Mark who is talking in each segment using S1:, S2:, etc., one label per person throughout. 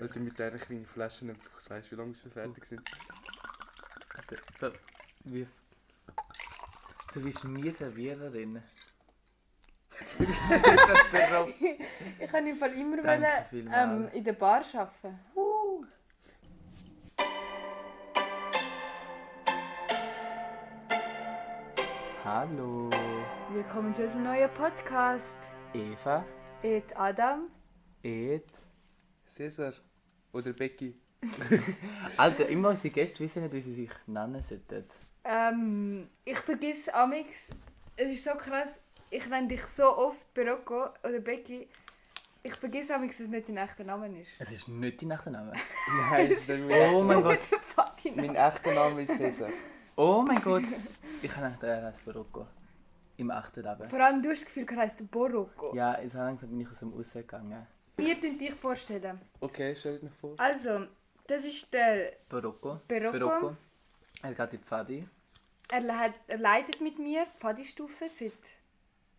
S1: Also mit diesen kleinen Flaschen und du weißt, wie lange wir fertig sind.
S2: Da, wie, du bist nie Serviererin.
S3: Ich kann im Fall immer
S2: Danke
S3: wollen,
S2: vielmals.
S3: ähm, in der Bar arbeiten.
S2: Hallo,
S3: Willkommen zu unserem neuen Podcast.
S2: Eva,
S3: Et Adam.
S2: Ed.
S1: Cäsar oder Becky.
S2: Alter, immer unsere Gäste wissen nicht, wie sie sich nennen sollten.
S3: Ähm, ich vergesse Amix. Es ist so krass. Ich nenne dich so oft Berocco oder Becky. Ich vergesse Amix, dass es nicht dein echter Name ist.
S2: Es ist nicht dein echter Name.
S1: Nein, das ist nicht
S2: Oh
S1: mein,
S2: mein Gott,
S3: What the fuck, dein Name?
S1: mein echter Name ist Cäsar.
S2: oh mein Gott. Ich habe gedacht, er heißt Barocco. Im achten Leben.
S3: Vor allem du hast das Gefühl, er heisst Borocco.
S2: Ja, jetzt habe ich gesagt, bin ich aus dem Haus gegangen.
S3: Wir dürfen dich vorstellen.
S1: Okay, stell dich vor.
S3: Also, das ist der.
S2: Barocco.
S3: Barocco.
S2: Er geht in die Pfadi.
S3: Er, hat, er leitet mit mir die Pfadistufe seit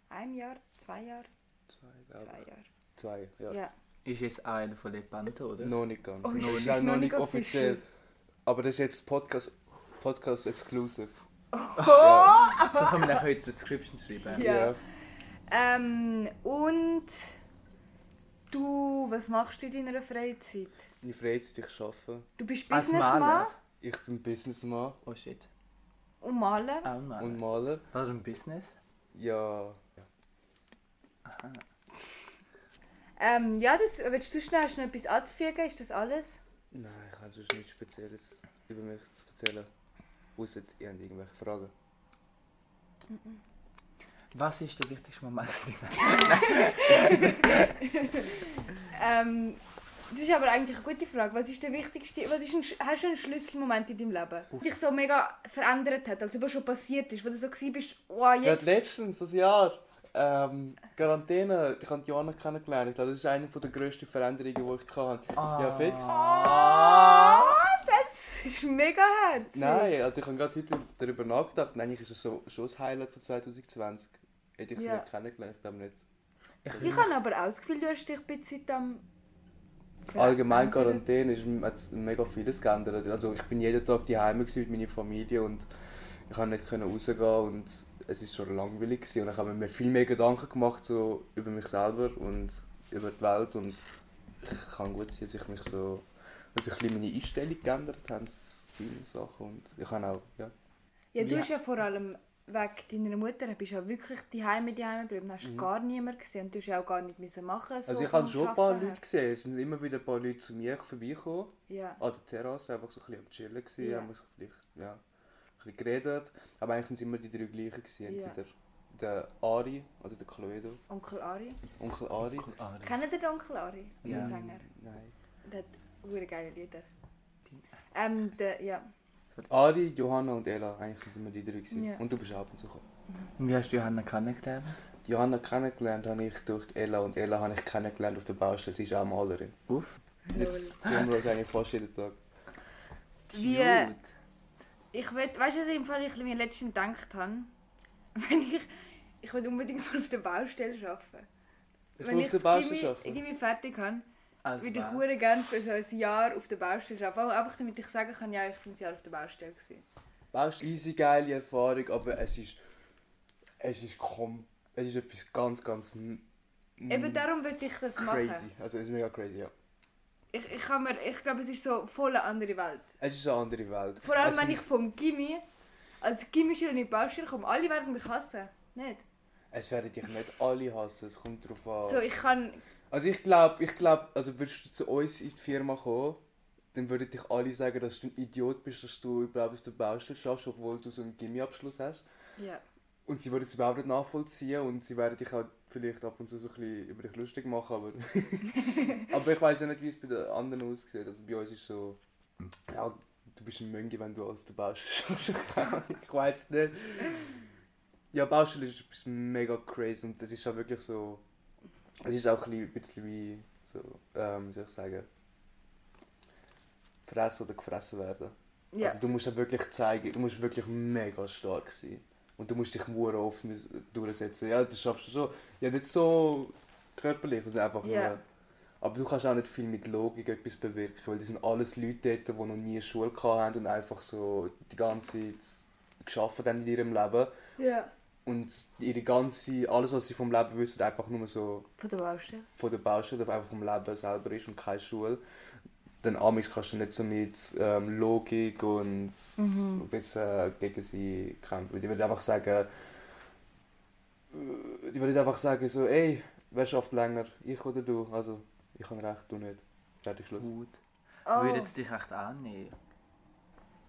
S3: einem Jahr, zwei Jahren,
S1: Zwei, glaub
S3: zwei
S1: ich.
S3: Jahr.
S1: Zwei, ja.
S3: Ja.
S2: Ist jetzt auch einer von Lepanto, oder?
S1: Noch nicht ganz.
S3: Oh,
S1: das
S3: das
S1: ist
S3: ist
S1: auch noch
S3: noch
S1: nicht
S3: nicht
S1: offiziell.
S3: official.
S1: Aber das ist jetzt Podcast, Podcast Exclusive.
S2: So kann man auch heute eine Description schreiben.
S3: Ja. Ähm, und du, was machst du in deiner Freizeit?
S1: Meine Freizeit, ich arbeite.
S3: Du bist
S2: Als
S3: Businessman
S2: Maler?
S1: Ich bin Businessman
S2: Oh shit.
S3: und Maler.
S2: Auch ein Maler.
S1: und Maler.
S2: War ein Business?
S1: Ja.
S3: Ähm, ja, das, willst du schnell, hast du noch etwas anzufügen? Ist das alles?
S1: Nein, ich kann sonst nichts Spezielles über mich zu erzählen. Ausser, ihr habt irgendwelche Fragen.
S2: Was ist der wichtigste Moment?
S3: Ähm, das ist aber eigentlich eine gute Frage. Was ist der wichtigste, was ist ein, Sch- hast du einen Schlüsselmoment in deinem Leben, der dich so mega verändert hat, also was schon passiert ist, wo du so gewesen bist, wow,
S1: Gerade
S3: jetzt...
S1: letztens, das Jahr, ähm, Quarantäne, ich habe Johanna kennengelernt. Ich glaube, das ist eine der grössten Veränderungen, die ich hatte. Ja, fix.
S3: Ah, das ist mega herzig.
S1: Nein, also ich habe gerade heute darüber nachgedacht. Und Eigentlich ist das so, schon das Highlight von 2020. Hätte ich sie
S3: Ja.
S1: nicht kennengelernt, aber nicht.
S3: Ich habe aber auch das Gefühl, du hast dich ein bisschen am...
S1: Allgemein
S3: verändert.
S1: Quarantäne ist, hat mega vieles geändert. Also ich bin jeden Tag daheim mit meiner Familie und ich konnte nicht können rausgehen und es ist schon langweilig gewesen. und ich habe mir viel mehr Gedanken gemacht so über mich selber und über die Welt und ich kann gut sein, dass ich mich so dass ich ein bisschen meine Einstellung geändert habe viele Sachen und ich habe auch ja
S3: Ja, du
S2: Ja.
S3: bist ja vor allem wegen deiner Mutter, bist ja wirklich daheim daheim geblieben, hast gar niemand gesehen und du hast ja auch gar nicht müssen machen so
S1: Mhm. also ich
S3: vom
S1: habe schon ein
S3: Arbeiten
S1: paar
S3: her.
S1: Leute gesehen es sind immer wieder ein paar Leute zu mir vorbeigekommen
S3: Ja.
S1: an der Ah, Terrasse einfach so ein bisschen am Chillen gewesen,
S3: Ja.
S1: haben wir so vielleicht, ja, ein bisschen geredet. Aber eigentlich sind es immer die drei gleichen gewesen.
S3: Ja.
S1: Entweder der Ari, also der Cluedo,
S3: Onkel Ari.
S1: Onkel Ari. Ähm,
S3: Kennt ihr den Onkel Ari?
S2: Ja.
S3: Den Sänger.
S1: Nein.
S3: Der hat sehr geile Lieder. Ähm, der, ja.
S1: Ari, Johanna und Ella, eigentlich sind es immer die drei gewesen.
S3: Ja.
S1: Und du bist auch ab und zu gekommen.
S2: Und wie hast du Johanna kennengelernt?
S1: Johanna kennengelernt habe ich durch die Ella und Ella habe ich kennengelernt auf der Baustelle. Sie ist auch Malerin.
S2: Uff.
S1: Jetzt sehen wir uns eigentlich fast jeden Tag.
S3: Wie- äh,
S2: Cute.
S3: Ich will, weißt du, was ich im Fall ich mir letztens gedacht habe? Wenn ich, ich will unbedingt mal auf der Baustelle arbeiten.
S1: Ich
S3: Wenn
S1: muss
S3: ich
S1: auf der
S3: das
S1: Baustelle
S3: Gimmi-
S1: arbeiten. Also
S3: Gimmi fertig habe,
S2: Als
S3: würde ich
S2: was?
S3: hure gerne für so ein Jahr auf der Baustelle arbeiten. Aber Einfach damit ich sagen kann, ja, ich bin ein Jahr auf der Baustelle. Gewesen.
S1: Baustelle. Easy, geile Erfahrung, aber es ist... Es ist kom... Es ist etwas ganz, ganz... n-
S3: Eben darum würde ich das
S1: Mm. Crazy.
S3: machen.
S1: Also es ist mega crazy, ja.
S3: Ich, ich, kann mir, ich glaube, es ist so voll eine andere Welt.
S1: Es ist eine andere Welt.
S3: Vor allem,
S1: es
S3: wenn
S1: sind,
S3: ich vom Gimmi als Gimmi-Schüler in die Baustelle komme. Alle werden mich hassen. Nicht?
S1: Es werden dich nicht alle hassen, es kommt drauf an.
S3: So, ich kann
S1: Also ich glaube, ich glaub, also würdest du zu uns in die Firma kommen, dann würden dich alle sagen, dass du ein Idiot bist, dass du überhaupt auf der Baustelle schaffst, obwohl du so einen Gimmi-Abschluss hast.
S3: Ja.
S1: Und sie würden es überhaupt nicht nachvollziehen und sie werden dich auch vielleicht ab und zu so ein bisschen über dich lustig machen, aber... aber ich weiß ja nicht, wie es bei den anderen aussieht. Also bei uns ist so... Ja, du bist ein Möngi, wenn du auf der Baustelle schaffst. Keine Ahnung, ich weiß es nicht. Ja, Baustelle ist etwas mega crazy und das ist auch wirklich so... Es ist auch ein bisschen- ein bisschen wie... So, ähm, wie soll ich sagen... Fressen oder gefressen werden.
S3: Ja.
S1: Also du musst ja wirklich zeigen, du musst wirklich mega stark sein. Und du musst dich nur oft müs- durchsetzen. Ja, das schaffst du schon. Ja, nicht so körperlich, sondern einfach
S3: Ja.
S1: nur. Aber du kannst auch nicht viel mit Logik etwas bewirken, weil das sind alles Leute dort, die noch nie Schule gehabt haben und einfach so die ganze Zeit geschafft haben in ihrem Leben.
S3: Ja.
S1: Und ihre ganze, alles was sie vom Leben wissen, einfach nur so
S3: Von der Baustelle.
S1: von der Baustelle oder einfach vom Leben selber ist und keine Schule, dann amigs kannst du nicht so mit ähm, Logik und
S3: Mhm.
S1: jetzt, äh, gegen sie kämpfen. Die würden einfach sagen, äh, die würden einfach sagen so, ey, wer schafft länger, ich oder du? Also, ich habe recht, du nicht. Fertig, Schluss.
S2: Gut.
S3: Oh.
S2: Würden sie dich echt annehmen?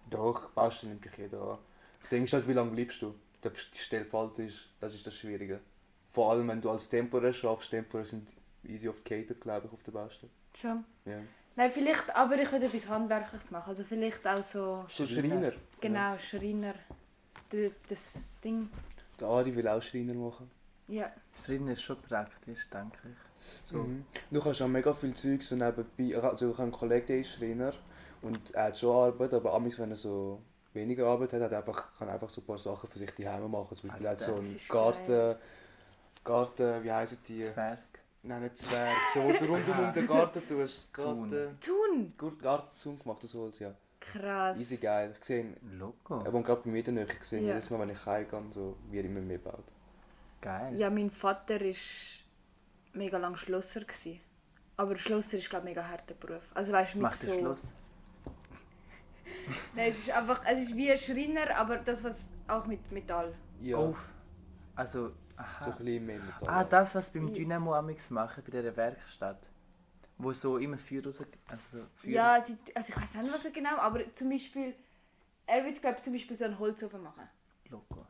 S1: Doch, Baustelle nimmt dich jeder an. Das Ding ist halt, wie lange bleibst du? Ob die Stelle bald ist, das ist das Schwierige. Vor allem, wenn du als Temporär schaffst, Temporär sind easy oft catered, glaube ich, auf der Baustelle.
S3: Schon.
S1: Ja.
S3: Nein, vielleicht, aber ich würde etwas Handwerkliches machen. Also vielleicht auch so,
S1: So
S2: Schreiner.
S1: Schreiner.
S3: genau, Schreiner. D- Das Ding.
S1: Der Ari will auch Schreiner machen.
S3: Ja.
S2: Schreiner ist schon praktisch, denke ich. So.
S1: Mhm. Du kannst auch mega viel Zeug so nebenbei. Also ich habe einen Kollegen, der ist Schreiner und er hat schon Arbeit, aber amigs, wenn er so weniger Arbeit hat, hat er einfach, kann er einfach so ein paar Sachen für sich daheim machen. Zum Beispiel er hat so
S2: Alter,
S3: Ah, das
S1: einen
S3: ist
S1: Garten, Garten, wie heißen die?
S2: Zwerg.
S1: Nein, nicht Zwerg, so rundum um den Garten tust.
S2: Zaun.
S1: Garten,
S3: Tun!
S1: Gut, Gartenzaun gemacht aus Holz, ja.
S3: Krass.
S1: Easy geil. Ich sehe ihn,
S2: Logo.
S1: er wohnt gerade bei mir in der Nähe, ich sehe ihn
S3: Ja.
S1: jedes Mal, wenn ich heimgehe, so, wie er immer mehr baut.
S2: Geil.
S3: Ja, mein Vater war mega lang Schlosser. Gewesen. Aber Schlosser ist, glaube ich, ein mega harter Beruf. Also weißt du, mit
S2: Mach
S3: so...
S2: den Schluss.
S3: Nein, es ist einfach, es ist wie ein Schreiner, aber das, was auch mit Metall.
S1: Ja,
S2: Auf. Also, aha.
S1: so ein bisschen mehr mit
S2: Ah,
S1: Arbeit.
S2: das, was beim Dynamo amix machen, bei dieser Werkstatt. Wo so immer Feuer raus... Also, so Feuer...
S3: Ja, die, also ich weiß nicht, was er genau, aber zum Beispiel, er wird, glaube ich, zum Beispiel so einen Holzofen machen.
S2: Logo.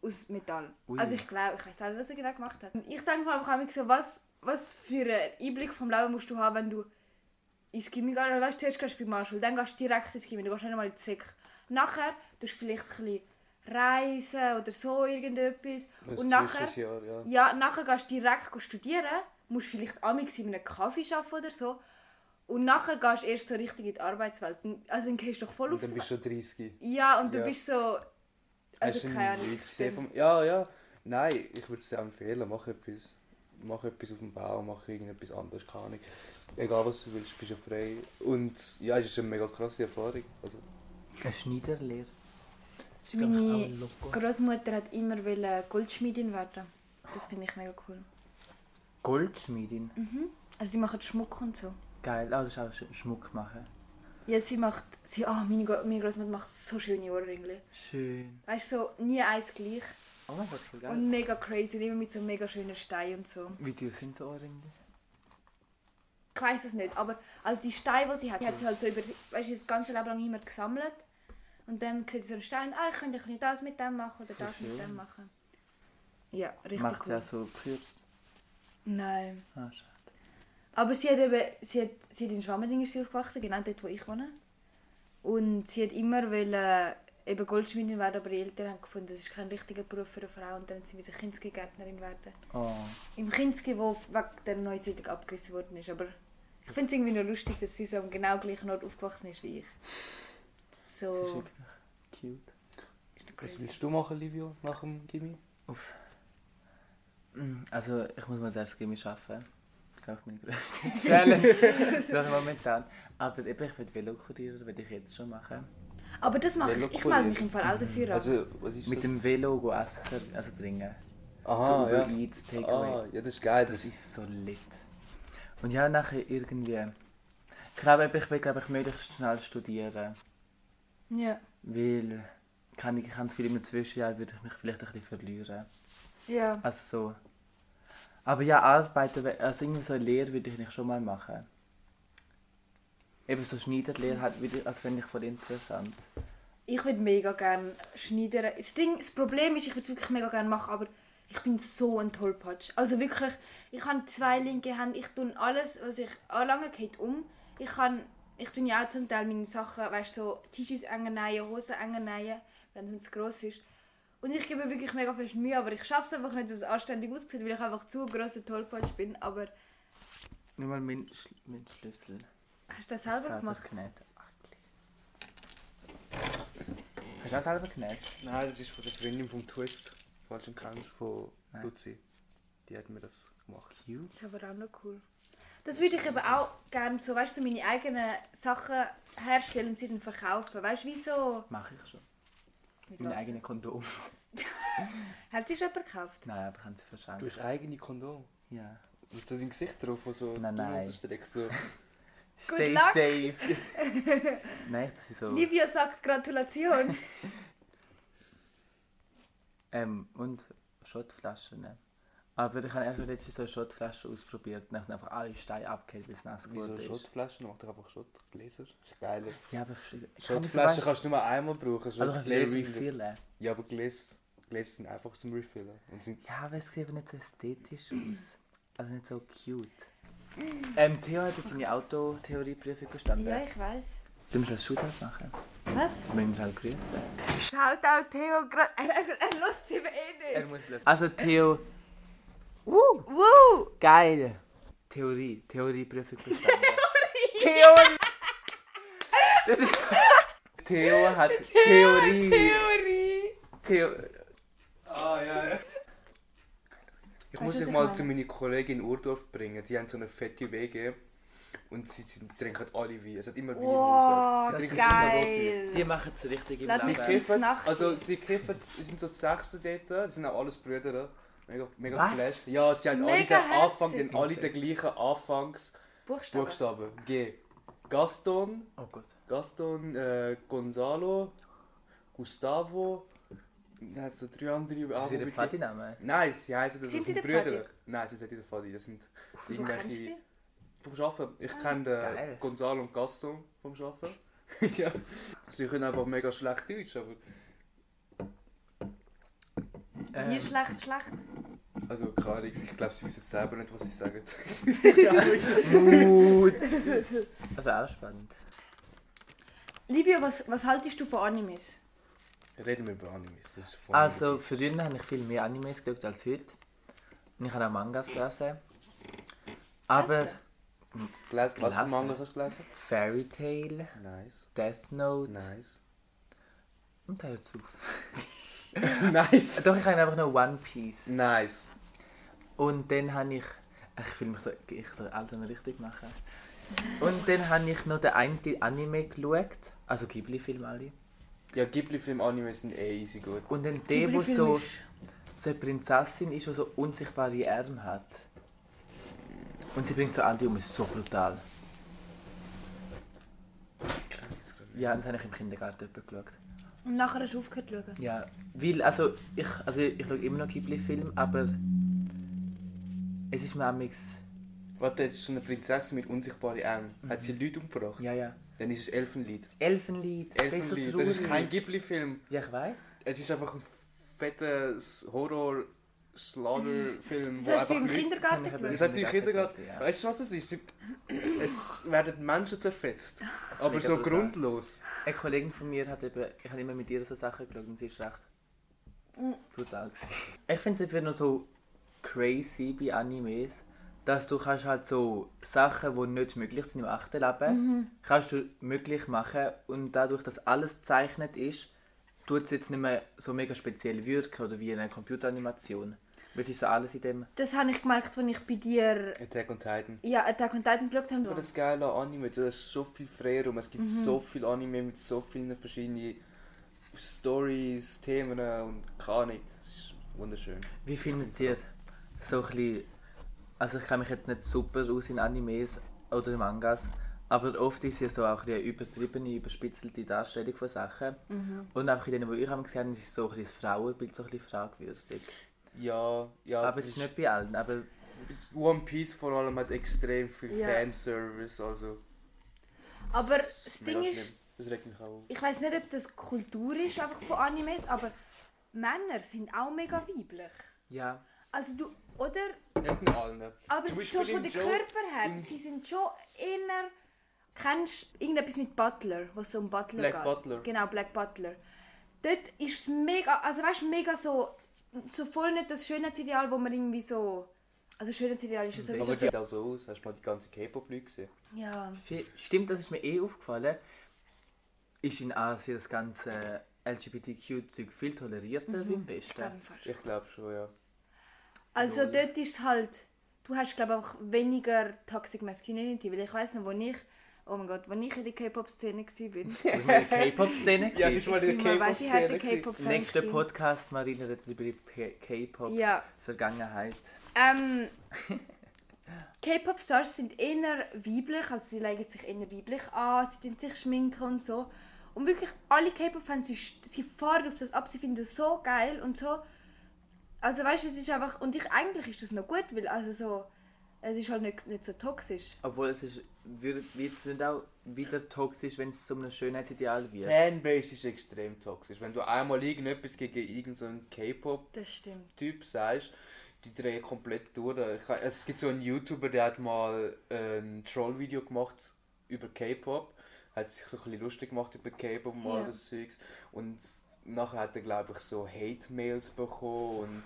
S3: Aus Metall.
S2: Ui.
S3: Also ich glaube, ich weiß nicht, was er genau gemacht hat. Ich denke mir einfach immer so, was, was für einen Einblick vom Leben musst du haben, wenn du ins Gimmi gehst. Also, Weißt du, zuerst gehst du bei Marschul, dann gehst du direkt ins Gimmi, du gehst nicht mal in die Sek. Nachher tust du vielleicht ein bisschen reisen oder so irgendetwas.
S1: Das
S3: Und nachher...
S1: Zwischenjahr, ja.
S3: Ja, nachher gehst du direkt studieren, musst vielleicht amix in einem Kaffee arbeiten oder so. Und nachher gehst du erst so richtig in die Arbeitswelt. Also dann gehst du doch voll
S1: Und
S3: aufs...
S1: dann bist du schon 30.
S3: Ja, und du
S1: Ja.
S3: bist so...
S1: Hast
S3: Also
S1: du
S3: keine Ahnung.
S1: Leute gesehen vom... Ja, ja. Nein, ich würde es dir auch empfehlen, mach etwas. Mach etwas auf dem Bau, mach irgendetwas anderes, keine Ahnung. Egal was du willst, bist ja frei. Und ja, es ist eine mega krasse Erfahrung. Also,
S2: Eine Schneiderlehre. Das ist, glaub ich,
S3: Meine
S2: auch Logo.
S3: Großmutter hat immer wollte Goldschmiedin werden. Das finde ich mega cool.
S2: Goldschmiedin.
S1: Mhm.
S3: Also sie macht Schmuck und so.
S2: Geil. Ah, das ist auch schön. Schmuck machen.
S3: Ja, sie macht... Sie, ah meine, Gro- meine Großmutter macht so schöne Ohrringe.
S2: Schön.
S3: Weißt du, so nie eins gleich.
S2: Oh mein Gott, voll geil.
S3: Und mega crazy und immer mit so mega schönen Steinen und so.
S2: Wie teuer sind so Ohrringe?
S3: Ich weiß es nicht, aber also die Steine, die sie hat, die hat sie halt so über weißt, du, das ganze Leben lang immer gesammelt. Und dann sieht sie so einen Stein, ah, ich könnte ein bisschen das mit dem machen oder das
S2: schön.
S3: mit dem machen. Ja, richtig
S2: Macht
S3: cool.
S2: ja so Kürbis.
S3: Nein.
S2: Ah, schade.
S3: Aber sie hat eben, sie hat, sie hat in Schwammerding ist sie aufgewachsen, genau dort, wo ich wohne. Und sie hat immer wollen, äh, eben Goldschmiedin werden, aber ihre Eltern haben gefunden, das ist kein richtiger Beruf für eine Frau. Und dann hat sie müssen Kinski-Gärtnerin werden.
S2: Oh.
S3: Im Kinski, wo wegen der Neusiedlung abgerissen worden ist. Aber ich finde es irgendwie noch lustig, dass sie so am genau gleichen Ort aufgewachsen ist wie ich.
S2: Das
S1: Oh.
S2: ist
S3: So,
S2: wirklich cute.
S3: ist noch
S1: was
S3: crazy.
S1: willst du machen, Livio, nach dem Gimmi?
S2: Uff. Mm, Also, ich muss mal zuerst Gimmi arbeiten. Ich glaube, meine grösste Challenge. gerade momentan. Aber eben, ich will Velokurier, will ich jetzt schon machen.
S3: Aber das mache ich. Ich melde mich im Fall auch dafür an.
S1: Also, was ist
S2: Mit
S1: das?
S2: dem Velo go Essen ser- also bringen.
S1: Aha,
S2: so
S1: ja.
S2: Uber Eats, Takeaway.
S1: Ah, ja, das ist geil.
S2: Das
S1: Das
S2: ist so lit. Und ja, nachher irgendwie... Ich glaube, eben, ich will glaube ich, möglichst schnell studieren.
S3: ja.
S2: Weil, kann ich habe das Gefühl, im Zwischenjahr würde ich mich vielleicht ein bisschen verlieren.
S3: Ja.
S2: Also so... Aber ja, arbeiten, we- also irgendwie so eine Lehre würde ich nicht schon mal machen. Eben so Schneiderlehre, halt, würde ich- also fände ich voll interessant.
S3: Ich würde mega gerne schneidern. Das, Ding, das Problem ist, ich würde es wirklich mega gerne machen, aber ich bin so ein Tollpatsch. Also wirklich, ich habe zwei linke Hände. Ich tue alles, was ich anlange, geht um. Ich kann, ich tue ja auch zum Teil meine Sachen, weißt du, so T-Shirts enger nähen, Hosen enger nähen, wenn es mir zu gross ist. Und ich gebe wirklich mega viel Mühe, aber ich schaffe es einfach nicht, dass es anständig aussieht, weil ich einfach zu grosser Tollpatsch bin. Aber
S2: Nur mal meinen Schl mein Schlüssel.
S3: hast du das selber
S2: Selber
S3: gemacht?
S2: genäht. Hast du auch selber genäht?
S1: Nein, das ist von der Freundin vom Twist. Falschen kennst von
S2: Nein.
S1: Luzi. Die hat mir das gemacht.
S2: Cute.
S3: Ist aber auch noch cool. Das würde ich eben auch gerne so, weißt du, so meine eigenen Sachen herstellen und sie dann verkaufen. Weißt du, wieso?
S2: Mache ich schon.
S3: Mit
S2: Meine
S3: was?
S2: eigenen um. Kondoms.
S3: Hat sie schon jemand gekauft?
S2: Nein, aber ich habe sie
S1: Du
S2: verschenkt.
S1: hast eigene Kondom.
S2: Ja.
S1: Mit so deinem Gesicht drauf, wo so
S2: Nein,
S1: die
S2: nein.
S1: Hose streckt. So.
S2: Stay
S3: luck.
S2: safe. Nein, das ist so.
S3: Livia sagt Gratulation.
S2: Ähm, und Schottflaschen. ne? Aber ich habe einfach letztens so eine Schottflasche ausprobiert und dann einfach alle Steine abgehört, weil es nass
S1: Wie so
S2: geworden
S1: eine
S2: ist.
S1: Schottflasche, mach doch einfach Schottgläser. Ist geiler.
S2: Ja, aber ich kann
S1: Schottflaschen
S2: Schottflaschen kann
S1: kannst du nur einmal brauchen.
S2: ich also
S1: Schottgläser sind-
S2: refillen.
S1: Ja, aber Gläser, Gläser sind einfach zum Refillen. Und sind
S2: Ja, aber es sieht eben nicht so ästhetisch aus. Also nicht so cute. Ähm, Theo hat jetzt seine Autotheorieprüfung bestanden.
S3: ja, ich weiß.
S2: Du musst ein Shootout machen.
S3: Was?
S2: Du musst halt grüßen.
S3: Schaut auch Theo gerade. Er, er, er lässt sie eben eh nicht.
S2: muss Also Theo,
S3: Woo!
S2: geil. Theorie, Theorieprüfung bestanden. Theorie! Das ist- Theo hat Theorie.
S3: Theorie!
S2: Theo.
S1: Ah, ja, ja. Ich muss
S3: Weißt du, was
S1: dich
S3: ich
S1: mal
S3: meine?
S1: zu meiner Kollegin in Urdorf bringen. Die haben so eine fette WG. Und sie, sie trinken halt alle Wein. Es hat immer Wein im Haushalt.
S3: Wow,
S1: Sie trinken immer Rotwein.
S3: geil!
S2: Die machen es richtig im
S3: Lass
S1: Sie
S3: mich
S2: Leben.
S3: sehen.
S1: kiffen,
S3: Nacht.
S1: also sie kiffen, sie sind so die Sechsten dort, sie sind auch alles Brüder. Mega, mega
S2: Was?
S1: geflasht. Ja, sie haben alle
S3: Mega
S1: den Anfang, die
S3: herzig.
S1: haben alle den gleichen Anfangsbuchstaben.
S3: Buchstaben.
S1: G. Gaston,
S2: Oh Gott.
S1: Ah, Gaston, äh, Gonzalo, Gustavo. Er hat so drei andere Ah,
S2: Das ist ihr
S1: Alphabet-
S2: Pfadiname.
S1: Nein, sie heißen das,
S3: Sind
S1: das
S3: sie
S1: sind
S3: der
S1: Brüder.
S3: Pfadi?
S1: Nein, sie sind nicht der Fadi, das sind
S3: Du kennst sie?
S1: irgendwelche vom Schaffen. Ich
S3: Ah.
S1: kenne
S2: Geil.
S1: den Gonzalo und Gaston vom Schaffen. ja. Sie können einfach mega schlecht Deutsch, aber
S3: Wie
S2: Ähm,
S3: schlecht, schlecht.
S1: Also, keine Ahnung, ich glaube, sie wissen selber nicht, was sie sagen.
S2: Mut. Also auch spannend.
S3: Livio, was, was haltest du von Animes?
S1: Reden wir über Animes, das ist voll
S2: Also, früher habe ich viel mehr Animes geschaut als heute. Und ich habe auch Mangas gelesen. Aber
S3: Klasse.
S1: Glas, Was für
S2: Klasse.
S1: Mangas hast du gelesen?
S2: Fairy Tail,
S1: Nice.
S2: Death Note
S1: Nice.
S2: und hört auf.
S1: nice.
S2: Doch, ich habe einfach nur One Piece.
S1: Nice.
S2: Und dann habe ich. Ich fühle mich so. Ich soll alles noch richtig machen. Und dann habe ich noch den einen Anime geschaut. Also Ghibli-Film alle.
S1: Ja, Ghibli-Film-Animes sind eh easy gut.
S2: Und dann der, wo so, so eine Prinzessin ist, die so unsichtbare Arme hat. Und sie bringt so alle um, ist so brutal. Ja, das habe ich im Kindergarten etwa geschaut.
S3: Und nachher hast du aufgehört zu schauen.
S2: Ja, weil, also ich, also ich schaue immer noch Ghibli-Filme, aber es ist mir amix.
S1: Warte, jetzt ist so eine Prinzessin mit unsichtbaren Armen. Hat sie Leute umgebracht?
S2: Ja, ja.
S1: Dann ist es Elfenlied.
S2: Elfenlied, besser
S1: Elfenlied, das ist kein
S2: traurig.
S1: Ghibli-Film.
S2: Ja, ich weiß.
S1: Es ist einfach ein fetter Horror-Slaugher-Film,
S3: Das
S1: wo
S3: hast du
S1: einfach
S3: im
S1: Leute
S3: Kindergarten
S2: Das habe ich
S3: geschaut.
S1: Das hat sie im
S2: Kindergarten
S1: Kindergarten.
S2: gehabt, ja.
S1: Weißt du, was es ist? Sie- Es werden Menschen zerfetzt.
S2: ist
S1: Aber
S2: mega
S1: so
S2: brutal.
S1: grundlos.
S2: Eine Kollegin von mir hat eben, ich habe immer mit ihr so Sachen geschaut und sie ist recht brutal gewesen. Ich finde es eben noch so crazy bei Animes, dass du kannst halt so Sachen, die nicht möglich sind im achten Leben, kannst du möglich machen und dadurch, dass alles gezeichnet ist, tut es jetzt nicht mehr so mega speziell wirken oder wie in einer Computeranimation. Weil es ist so alles in dem...
S3: Das habe ich gemerkt, als ich bei dir
S1: Attack on Titan.
S3: ja, Attack on Titan geschaut
S1: Aber
S3: habe.
S1: das geile an Anime, du hast so viel Freiraum. Es
S3: Mhm.
S1: gibt so viel Anime mit so vielen verschiedenen Stories, Themen und keine Ahnung. Es ist wunderschön.
S2: Wie findet ihr so ein bisschen, also ich kenne mich jetzt nicht super aus in Animes oder in Mangas, aber oft ist ja so auch die übertriebene, überspitzelte Darstellung von Sachen. Und einfach in denen, die ich am gesehen habe, ist so ein bisschen das Frauenbild so ein bisschen fragwürdig.
S1: Ja, ja.
S2: Aber
S1: das
S2: es ist nicht bei allen, aber
S1: ist- One Piece vor allem hat extrem viel
S3: Ja.
S1: Fanservice. Also,
S3: Aber
S1: es
S3: das Ding
S1: mega
S3: ist,
S1: schlimm. Das regt mich auch auf.
S3: ich weiß nicht, ob das Kultur ist einfach von Animes, aber Männer sind auch mega weiblich.
S2: ja.
S3: Also du, oder?
S1: Nicht in allen.
S3: Aber
S1: Zum
S3: so
S1: Beispiel
S3: von
S1: in
S3: den
S1: Joe-
S3: Körper her,
S1: in-
S3: sie sind schon eher... Kennst du irgendetwas mit Butler, was so um Butler
S1: Black
S3: geht?
S1: Butler.
S3: Genau, Black Butler. Dort ist es mega, also weißt du, mega so, so voll nicht das Schönheitsideal, wo man irgendwie so, also Schönheitsideal ist ja sowieso,
S1: Aber die sieht auch so aus. Hast du mal die ganze K-Pop-Leute gesehen?
S3: ja,
S2: Viel- Stimmt, das ist mir eh aufgefallen. Ist in Asien das ganze LGBTQ-Zeug viel tolerierter wie im
S3: glaube
S2: Westen.
S3: ich fast.
S1: Ich glaube schon, ja.
S3: Also dort ist es halt, du hast, glaube ich, auch weniger Toxic Masculinity, weil ich weiß noch, wo ich, oh mein Gott, wo ich in der K-Pop-Szene war.
S2: Das ist eine K-Pop-Szene.
S1: Ja, es ist
S2: gewesen.
S1: mal in
S3: Ich
S1: der
S3: weiß, ich hatte
S1: K-Pop-Szene. gewesen.
S3: K-Pop-Fan.
S2: Nächster
S3: gewesen.
S2: Podcast, Marina redet über die P- K-Pop-Vergangenheit.
S3: Ja. Ähm, K-Pop-Stars sind eher weiblich, also sie legen sich eher weiblich an, sie tun sich schminken und so. Und wirklich alle K-Pop-Fans, sie, st- sie fahren auf das ab, sie finden das so geil und so. Also weißt du, es ist einfach, und ich, eigentlich ist das noch gut, weil also so, es ist halt nicht, nicht so toxisch.
S2: Obwohl es ist, wird, wird es nicht auch wieder toxisch, wenn es zu einem Schönheitsideal wird.
S1: Fanbase ist extrem toxisch. Wenn du einmal irgendetwas gegen irgendeinen K-Pop
S3: Das stimmt.
S1: Typ sagst, die drehen komplett durch. Ich, we- es gibt so einen YouTuber, der hat mal ein Troll-Video gemacht über K-Pop. Hat sich so ein bisschen lustig gemacht über K-Pop und all
S3: Ja.
S1: das Zeugs. Und nachher hat er, glaube ich, so Hate-Mails bekommen und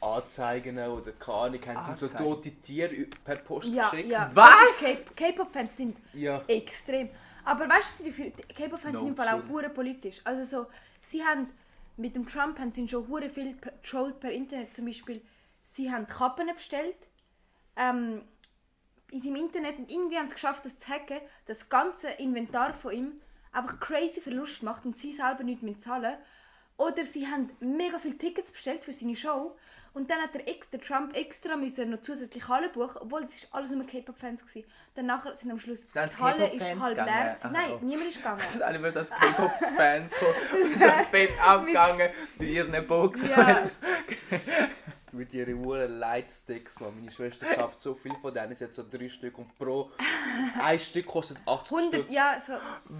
S1: Anzeigen oder keine Ahnung. Haben sie so
S2: Anzeigen.
S1: tote Tiere ü- per Post
S3: Ja,
S1: geschickt?
S3: ja.
S2: Was?
S3: Also K- K-Pop-Fans sind
S1: ja.
S3: Extrem. Aber weißt du, was sie dafür- die K-Pop-Fans
S2: No
S3: sind im Fall auch
S2: chill.
S3: hure politisch. Also so, sie haben mit dem Trump haben sie schon hure viel per- trollt per Internet. Zum Beispiel, sie haben Kappen bestellt ähm, in seinem Internet und irgendwie haben sie geschafft, das zu hacken, dass das ganze Inventar von ihm einfach crazy Verlust macht und sie selber nichts mehr zahlen. Oder sie haben mega viele Tickets bestellt für seine Show und dann hat der, ex, der Trump extra müssen noch zusätzlich Halle buchen, obwohl es ist alles nur K-Pop-Fans waren. Dann nachher sind am Schluss
S2: Sind alles
S3: die Halle ist
S2: K-Pop-Fans
S3: halb
S2: gegangen?
S3: leer. gewesen.
S2: Aha,
S3: Nein,
S2: oh.
S3: niemand ist gegangen.
S2: sind alle als K-Pop-Fans gekommen und sind fett abgegangen mit ihren Boxen.
S3: ja,
S1: mit ihren Uhren Lightsticks, man. Meine Schwester kauft so viel von denen, sie hat so drei Stück und pro ein Stück kostet 80
S3: 100,
S1: Stück.
S3: ja, so.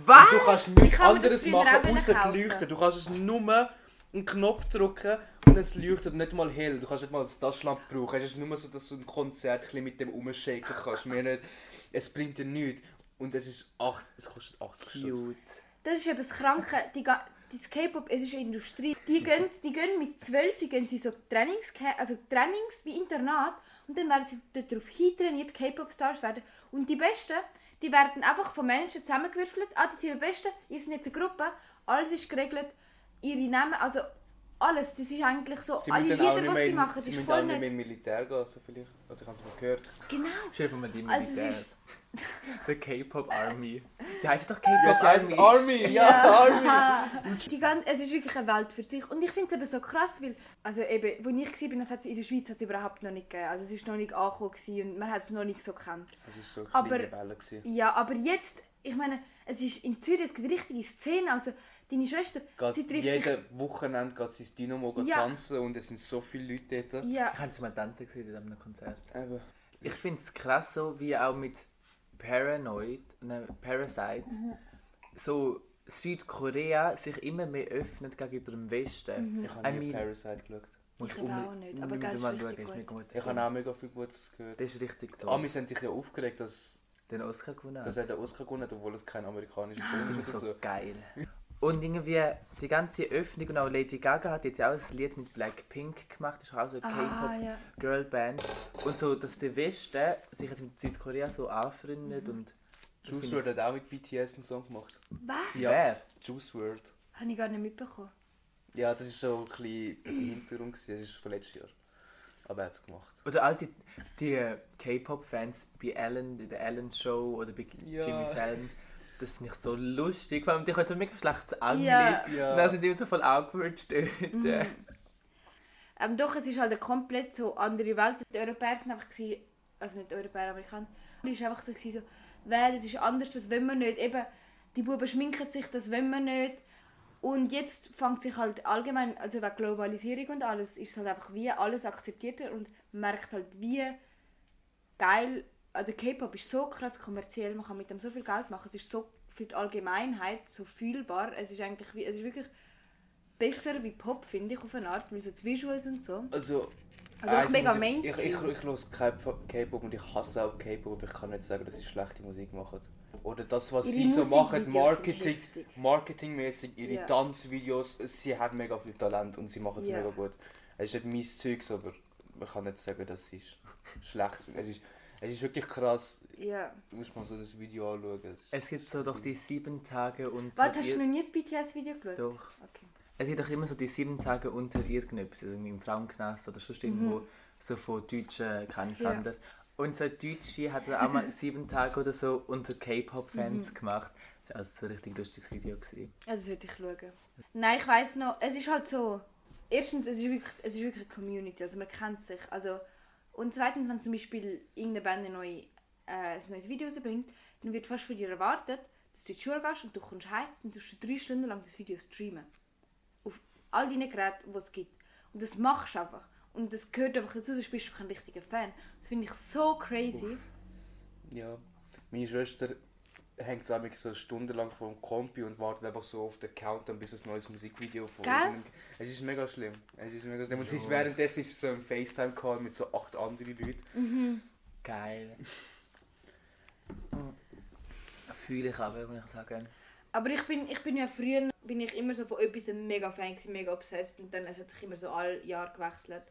S2: Was?
S1: Du kannst nichts
S3: kann mir
S1: anderes
S2: dus
S3: das früher auch
S1: machen,
S3: wollen
S1: außer
S3: kaufen.
S1: leuchten. Du kannst es nur einen Knopf drücken und es leuchtet nicht mal hell. Du kannst nicht mal eine Taschenlampe brauchen. Es ist nur so, dass du ein Konzert ein bisschen mit dem umschaken kannst. Mehr nicht. Es bringt dir nichts. Und es, ist acht, es kostet 80 Stutz.
S2: Cute.
S3: Das ist eben das Kranke. Die, ga- das K-Pop, es ist eine Industrie. Die gehen, die gehen mit 12 gehen sie so Trainings, also Trainings wie Internat und dann werden sie dort darauf hintrainiert, K-Pop-Stars werden. Und die Besten, die werden einfach von Menschen zusammengewürfelt. Ah, das sind die Besten, ihr seid jetzt eine Gruppe, alles ist geregelt, ihre Namen, also alles, das ist eigentlich so,
S1: Sie
S2: Ah,
S3: alle
S1: müssen dann auch
S3: Lieder,
S1: nicht
S3: die
S1: mehr,
S3: sie
S1: in-
S3: machen,
S1: sie
S3: ist
S1: müssen
S3: voll
S1: auch nicht mehr
S3: nicht...
S1: im Militär gehen. Also vielleicht. Also ich habe es mal gehört.
S3: Genau.
S2: Schön, wenn man die
S3: Also es
S2: Militär
S3: ist-
S2: hat. The K-Pop Army. Die heißt doch
S1: Ja,
S2: K-Pop
S1: es
S2: Army.
S1: heisst Army! Ja, Army!
S3: Die gan- es ist wirklich eine Welt für sich. Und ich finde es eben so krass, weil, also eben, wo ich war, das hat's in der Schweiz hat's überhaupt noch nicht gegeben. Also es ist noch nicht angekommen gewesen und man hat es noch nicht so gekannt.
S1: Es war so eine
S3: Aber-
S1: kleine Welle. Gewesen.
S3: Ja, aber jetzt, ich meine, es ist in Zürich, es gibt richtige Szenen. Also deine Schwester,
S1: Geht
S3: sie trifft
S1: jeden
S3: sich...
S1: Wochenende geht sie ins Dynamo geht
S3: Ja.
S1: tanzen und es sind so viele Leute dort.
S3: Ja,
S2: Ich habe sie mal tanzen gesehen in einem Konzert.
S1: Eben.
S2: Ich finde es krass, so wie auch mit Paranoid, ne, Parasite,
S3: Mhm.
S2: so Südkorea sich immer mehr öffnet gegenüber dem Westen.
S1: Ich habe nie
S2: I mean- um-
S1: Parasite geschaut.
S3: Mhm. Ich eben auch nicht, aber geil, ist richtig
S2: ist mega gut.
S1: Ich habe auch mega viel Gutes gehört. Ah,
S2: Das ist richtig
S1: Die
S2: toll.
S1: Amis haben sich ja aufgeregt, dass,
S2: Den Oscar gewonnen
S1: dass
S2: hat.
S1: er den Oscar gewonnen hat, obwohl es kein amerikanischer Film
S2: Finde
S1: ist.
S2: ich
S1: oder
S2: Ah, so
S1: so.
S2: geil. Und irgendwie die ganze Öffnung und auch Lady Gaga hat jetzt auch ein Lied mit Blackpink gemacht, das ist auch so eine
S3: Ah, ja.
S2: K-Pop-Girl-Band. Und so, dass der Westen sich jetzt mit Südkorea so
S3: Mhm.
S2: anfreundet und...
S1: Juice WRLD hat auch mit BTS einen Song gemacht.
S3: was?
S2: Ja. Wer?
S1: Juice WRLD.
S3: Habe ich gar nicht mitbekommen.
S1: Ja, das ist so ein bisschen im Hintergrund, gewesen. das ist von letztes Jahr. Aber er hat es gemacht.
S2: Oder all die, die äh, K-Pop-Fans bei Ellen, in der Ellen-Show oder bei
S1: Ja.
S2: Jimmy Fallon. Das finde ich so lustig, weil die können so mega schlecht Englisch.
S3: Ja. Mhm.
S1: Ja.
S2: Und dann sind die immer so voll awkward dort.
S3: Ähm, doch, es ist halt eine komplett so andere Welt. Die Europäer sind einfach, gewesen, also nicht Europäer, Amerikaner, es war einfach so, gewesen, so «Wäh, das ist anders, das wollen wir nicht. Eben, die Buben schminken sich, das wollen wir nicht. Und jetzt fängt sich halt allgemein, also wegen Globalisierung und alles, ist es halt einfach wie alles akzeptierter und man merkt halt wie geil, also K-Pop ist so krass kommerziell, man kann mit dem so viel Geld machen, es ist so für die Allgemeinheit so fühlbar, es ist eigentlich wie, es ist wirklich besser wie Pop, finde ich, auf eine Art, weil so die Visuals und so.
S1: Also,
S3: Also auch
S1: eins
S3: mega
S1: muss ich, ich,
S3: Mainstream.
S1: ich, ich höre K-Pop K-Pop und ich hasse auch K-Pop, aber ich kann nicht sagen, dass sie schlechte Musik machen. Oder das, was
S3: Ihre
S1: sie so machen,
S3: Musikvideos sind
S1: Marketing,
S3: heftig.
S1: marketingmäßig, ihre
S3: Ja.
S1: Tanzvideos, sie haben mega viel Talent und sie machen es
S3: Ja.
S1: mega gut. Es ist nicht mein Zeug, aber man kann nicht sagen, dass sie sch- schlecht sind. Es ist, es ist wirklich krass,
S3: Ja.
S1: du musst mal so das Video anschauen. Es ist-
S2: Es gibt so doch die sieben Tage unter
S3: Warte, hast du
S2: ir-
S3: noch nie ein BTS-Video geschaut?
S2: Doch.
S3: Okay. Mhm.
S2: Es gibt doch immer so die sieben Tage unter irgendetwas, also irgendwie im Frauenknast oder sonst irgendwo. so von deutschen Kanisender. Unser Deutsche hat auch mal sieben Tage oder so unter
S3: Mhm.
S2: K-Pop-Fans gemacht. Das war also ein richtig lustiges Video. Gewesen.
S3: Also das würde ich schauen. Nein, ich weiss noch, es ist halt so. Erstens, es ist wirklich, es ist wirklich eine Community, also man kennt sich. Also, und zweitens, wenn zum Beispiel irgendeine Band eine neue, äh, ein neues Video rausbringt, dann wird fast von dir erwartet, dass du in die Schule gehst und du kommst heim und du tust drei Stunden lang das Video streamen. Auf all deinen Geräten, die es gibt. Und das machst du einfach. Und das gehört einfach dazu, sonst bist du kein richtiger Fan. Das finde ich so crazy.
S1: Ja. Meine Schwester hängt so einmal so stundenlang vor dem Kompi und wartet einfach so auf den Countdown, bis ein neues Musikvideo von
S3: Gell?
S1: irgendeinem- Es ist mega schlimm. Es ist mega schlimm. Und sie ist währenddessen ist so ein FaceTime-Call mit so acht anderen Leuten.
S2: Geil. Fühle ich aber, muss ich sagen.
S3: Aber ich bin, ich bin ja früher bin ich immer so von etwas ein mega Fan, gewesen, mega obsessed und dann es hat sich immer so alle Jahre gewechselt.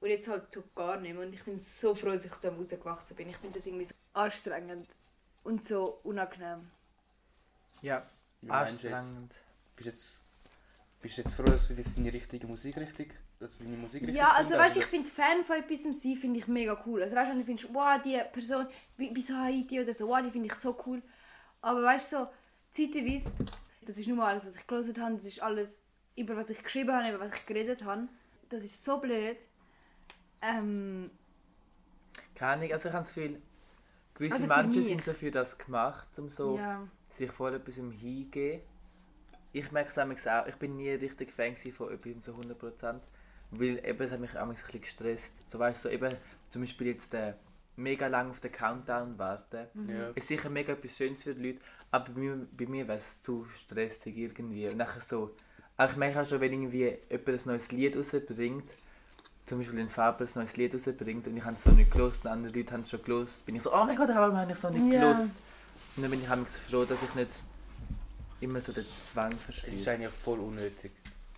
S3: Und jetzt halt so gar nicht mehr. Und ich bin so froh, dass ich so rausgewachsen bin. Ich finde das irgendwie so anstrengend und so unangenehm.
S2: Ja,
S1: Wie meinst du jetzt?
S2: anstrengend.
S1: Bist du jetzt, bist du jetzt froh, dass du jetzt deine richtige Musikrichtung, dass du deine Musikrichtung
S3: Ja, also
S1: gefunden hast?
S3: weißt du, ich finde Fan von etwas sein, finde ich mega cool. Also weißt du, wenn du findest, wow, die Person wie wie so Haiti oder so, wow, die finde ich so cool. Aber weißt du, so zeitweise, das ist nur mal alles, was ich gelesen habe, das ist alles, über was ich geschrieben habe, über was ich geredet habe. Das ist so blöd. Ähm,
S2: Keine Ahnung, also ich habe das Gefühl, gewisse
S3: Also für
S2: Menschen
S3: mich.
S2: sind so für das gemacht, um so
S3: ja.
S2: sich voll etwas hingeben. Ich merke es manchmal auch, ich bin nie richtig Fan gewesen von etwas so 100%, weil eben, es hat mich auch ein bisschen gestresst. So weißt du, so eben zum Beispiel jetzt äh, mega lang auf den Countdown warten.
S1: Ja.
S2: Ist sicher mega etwas Schönes für die Leute, aber bei mir, bei mir wäre es zu stressig irgendwie. Und nachher so, auch ich merke auch schon, wenn irgendwie jemand ein neues Lied rausbringt, zum Beispiel in Faber ein neues Lied rausbringt und ich habe es so nicht gelesen und andere Leute haben es schon gelesen, bin ich so, oh mein Gott, warum habe ich es so nicht
S3: Ja.
S2: gelesen? Und dann bin ich manchmal froh, dass ich nicht immer so den Zwang
S1: Es ist
S2: verstehe.
S1: eigentlich voll unnötig.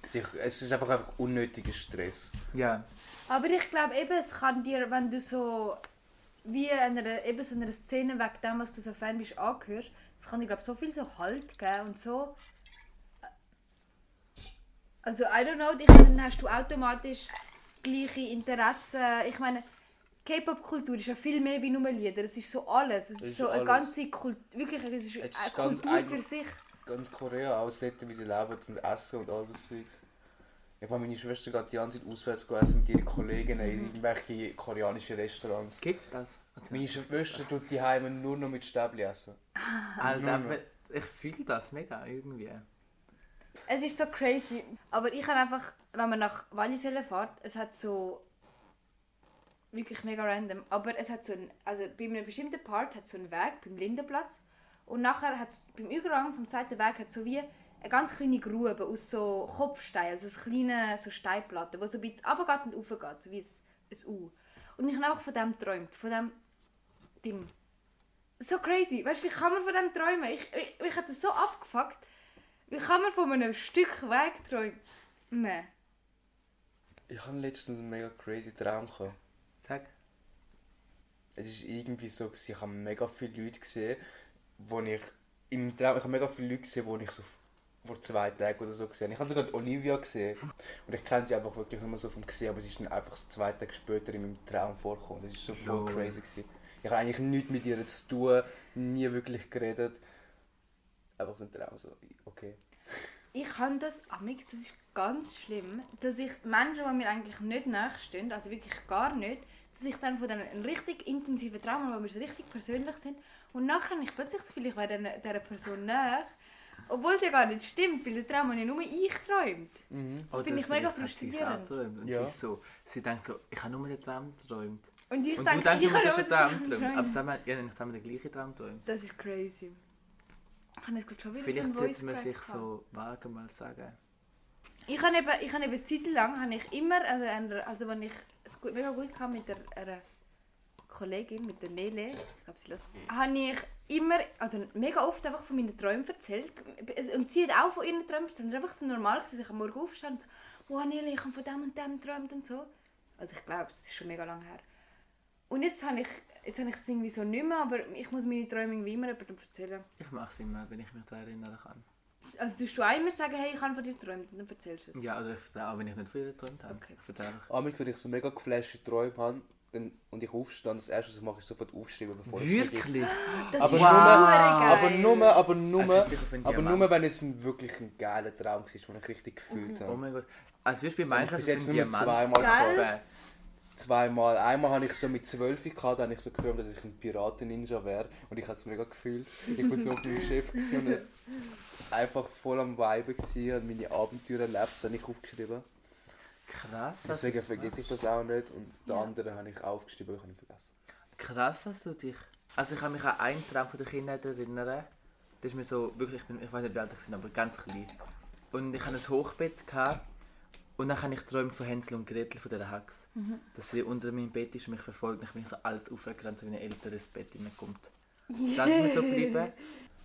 S1: Sich- Es ist einfach, einfach unnötiger Stress.
S2: Ja,
S3: Aber ich glaube eben, es kann dir, wenn du so wie einer, eben so einer Szene wegen dem, was du so Fan bist, angehörst, es kann dir glaube so viel so Halt geben und so. Also I don't know, ich meine, dann hast du automatisch gleiche Interessen. Ich meine, K-Pop-Kultur ist ja viel mehr wie nur Lieder. Es ist so alles. Es ist,
S1: ist
S3: so eine
S1: alles.
S3: ganze Kultur, wirklich, es
S1: Es
S3: ist eine
S1: ist ganz
S3: Kultur für
S1: eigentlich-
S3: sich.
S1: Ganz Korea, alles dort, wie sie leben und essen und all das Zeugs. Ich habe meine Schwester gerade die ganze Zeit auswärts gegessen mit ihren Kollegen in irgendwelche koreanischen Restaurants.
S2: gibt's das? Also,
S1: Meine Schwester tut die Heime nur noch mit Stäbli essen.
S2: Alter, aber ich fühle das mega irgendwie.
S3: Es ist so crazy. Aber ich habe einfach, wenn man nach Wallis fährt, es hat so. wirklich mega random. Aber es hat so ein. Also bei einem bestimmten Part hat so einen Weg, beim Lindenplatz. Und nachher hat es beim Übergang vom zweiten Weg hat so wie eine ganz kleine Grube aus so Kopfsteinen, also so kleine so Steinplatten, wo so ein bisschen runtergeht und raufgeht, so wie ein, ein U. Und ich habe einfach von dem geträumt, von dem Ding. So crazy, weißt du, wie kann man von dem träumen? Ich, ich, mich hat das so abgefuckt. Wie kann man von einem Stück Weg träumen?
S1: Ich hatte letztens einen mega crazy Traum. Gehabt.
S2: Sag.
S1: Es war irgendwie so, gewesen, ich habe mega viele Leute gesehen, wo ich im Traum, ich habe mega viele Leute gesehen, die ich so vor zwei Tagen oder so gesehen habe. Ich habe sogar die Olivia gesehen und ich kenne sie einfach wirklich nur so vom Gesehen, aber sie ist dann einfach so zwei Tage später in meinem Traum vorgekommen. Das ist so voll
S2: Lol.
S1: crazy. Gewesen. Ich habe eigentlich nichts mit ihr zu tun, nie wirklich geredet. Einfach so ein Traum, so, okay.
S3: Ich habe das, amix, das ist ganz schlimm, dass ich Menschen, die mir eigentlich nicht nachstehen, also wirklich gar nicht, dass ich dann von denen einen richtig intensiven Traum habe, wo wir so richtig persönlich sind und nachher habe ich plötzlich so viel, ich wäre dieser- dieser Person nach, obwohl es ja gar nicht stimmt, weil der Traum habe ja nur ich geträumt. Das
S2: Oder
S3: finde ich mega
S2: vielleicht hat sie es auch
S3: frustrierend.
S2: geträumt Und
S1: Ja.
S2: sie, ist so, sie denkt so, ich habe nur den Traum geträumt.
S3: Und ich
S2: und
S3: denke,
S2: du denkst
S3: ich
S2: immer, das
S3: habe nur
S2: ist ein Traum
S3: den
S2: geträumt.
S3: Traum
S2: Aber zusammen, ja, eigentlich haben wir den gleichen Traum geträumt.
S3: Das ist crazy. Ich habe jetzt gerade schon wieder so einen
S2: Vielleicht sollte man
S3: Voice-Crack
S2: sich
S3: gehabt.
S2: so wagen mal sagen.
S3: Ich habe eben, ich habe eben eine Zeit lang habe ich immer, also, einer- also wenn ich es gut, mega gut kam mit der, einer Kollegin, mit der Nele, ich glaube sie läuft, habe ich immer, also mega oft einfach von meinen Träumen erzählt. Und sie hat auch von ihren Träumen erzählt. Und Es war einfach so normal, gewesen, dass ich am Morgen aufstand und so, «Wow, Nele, ich habe von dem und dem geträumt und so. Also ich glaube, es ist schon mega lange her. Und jetzt habe ich, jetzt habe ich es irgendwie so nicht mehr, aber ich muss meine Träume irgendwie immer jemandem erzählen.
S2: Ich mache es immer, wenn ich mich daran erinnern kann.
S3: Also tust du auch immer sagen, hey, ich habe von dir geträumt und dann erzählst du es.
S2: Ja, oder ich vertraue, wenn ich nicht viel geträumt habe.
S3: Okay.
S2: Ich vertraue einfach.
S1: Amig, wenn ich so mega geflashte Träume habe dann, und ich aufstehe, das erste, was ich mache, ist sofort aufschreiben, bevor ich es vergesse.
S2: Wirklich?
S3: Das
S1: Aber
S3: ist
S1: nur-
S3: verdammt
S1: Aber
S3: geil.
S1: nur, aber nur,
S2: Also, ich finde die
S1: aber
S2: am
S1: nur, wenn es ein wirklich ein geiler Traum war, den ich richtig gefühlt
S2: Oh
S1: habe.
S2: mein Gott. Also wirst du bei
S1: hab ich
S2: Minecraft Äh,
S1: bis
S2: auf
S1: jetzt
S2: den
S1: nur
S2: Diamant
S1: zweimal
S3: Geil.
S2: getroffen.
S1: Zweimal. Einmal habe ich so mit 12 gehabt, da habe ich so geträumt, dass ich ein Piraten-Ninja wäre. Und ich habe es mega gefühlt. Ich war so auf meinem Schiff gewesen und einfach voll am Vibe gewesen und meine Abenteuer erlebt. Das habe ich aufgeschrieben.
S2: Krass, dass
S1: Deswegen
S2: du's
S1: vergesse ich
S2: machst.
S1: das auch nicht. Und den anderen habe ich aufgeschrieben, ich habe ihn vergessen.
S2: Krass, dass du dich... Also ich kann mich an einen Traum von der Kindheit erinnern. Das ist mir so, wirklich, ich, bin, ich weiß nicht wie alt ich bin, aber ganz klein. Und ich hatte ein Hochbett gehabt, und dann habe ich geträumt von Hänsel und Gretel von der Hax. Dass sie unter meinem Bett ist und mich verfolgt und ich bin so alles aufgerannt, so wie ein älteres Bett reinkommt. Das ist mir so geblieben.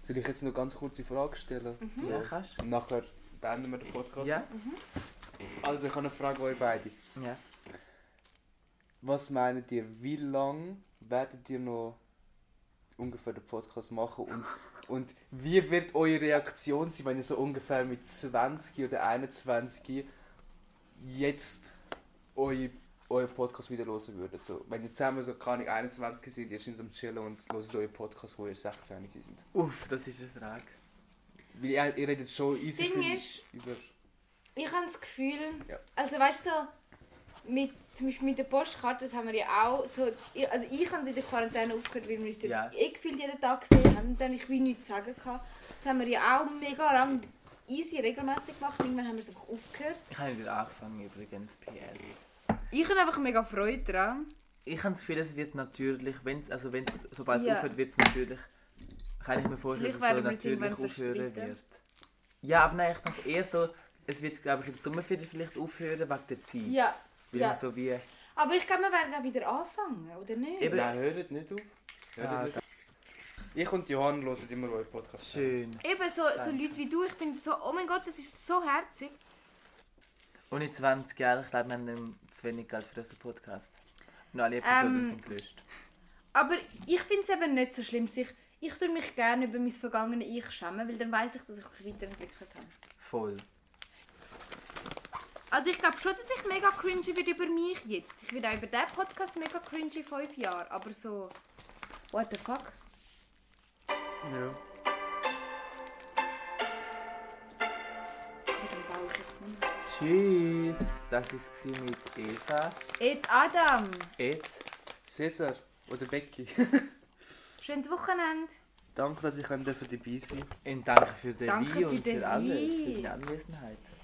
S1: Soll ich jetzt noch ganz kurze Frage stellen?
S3: Mhm.
S1: So.
S2: Ja, kannst
S1: Und nachher beenden wir den Podcast.
S2: Ja,
S1: Also ich habe eine Frage an euch beide.
S2: ja.
S1: Was meint ihr, wie lange werdet ihr noch ungefähr den Podcast machen und, und wie wird eure Reaktion sein, wenn ihr so ungefähr mit 20 oder 21 jetzt eu- euren Podcast wieder hören würdet? So, wenn ihr zusammen so keine 21 sind, ihr seid am Chillen und hört euren Podcast, wo ihr 16 sind.
S2: Uff, das ist eine Frage.
S1: Weil ihr, ihr redet schon
S3: Das
S1: easy
S3: Ding
S1: viel
S3: ist-
S1: über...
S3: Ich habe das Gefühl,
S1: Ja.
S3: also weißt du, so, mit, zum Beispiel mit der Postkarte, das haben wir ja auch. So, ich- also ich habe sie in der Quarantäne aufgehört, weil wir uns
S2: Ja.
S3: ja. eh gefühlt jeden Tag gesehen haben. Und dann ich wie nichts sagen kann. Das haben wir ja auch mega lang easy regelmäßig gemacht. Irgendwann haben wir es einfach aufgehört.
S2: Ich habe wieder angefangen übrigens, PS.
S3: Ich habe einfach mega Freude daran.
S2: Ich habe das Gefühl, es wird natürlich, wenn's, also wenn's, sobald es
S3: Ja.
S2: aufhört, wird es natürlich, kann ich mir vorstellen,
S3: Vielleicht
S2: dass es so
S3: werden wir es
S2: natürlich
S3: irgendwann
S2: aufhören
S3: verstreiten.
S2: wird. Ja, aber nein, ich denke eher so, es wird, glaube ich, in der Sommerferien vielleicht aufhören, wegen der Zeit.
S3: Ja.
S2: Weil
S3: ja.
S2: man so wie,
S3: Aber ich glaube, wir werden auch wieder anfangen, oder nicht?
S2: Eben.
S1: Nein, hört nicht auf. Hört
S2: Ah,
S1: nicht auf. Ich und Johann hören immer euren Podcast.
S2: schön.
S3: Eben so, so Leute wie du, ich bin so, oh mein Gott, das ist so herzig.
S2: Und in 20 Jahren, ich glaube, wir haben nicht zu wenig Geld für unseren Podcast. Und alle Episoden
S3: Ähm.
S2: sind gelöscht.
S3: Aber ich finde es eben nicht so schlimm. Ich, ich tue mich gerne über mein vergangenes Ich schämen, weil dann weiß ich, dass ich mich weiterentwickelt habe.
S2: Voll.
S3: Also ich glaube schon, dass ich mega cringy werde über mich jetzt. Ich werde auch über diesen Podcast mega cringy fünf Jahre, aber so... What the fuck?
S2: Ja.
S3: Mit dem Bauch jetzt nicht mehr.
S2: Tschüss. Das war es mit Eva.
S3: Ed Adam,
S2: Ed.
S1: Cesar oder Becky,
S3: schönes Wochenende.
S1: danke, dass ich dabei sein durfte.
S2: Und danke für den Wein
S3: Danke für
S2: und
S3: den
S2: für alles, für
S3: Wein.
S2: deine Anwesenheit.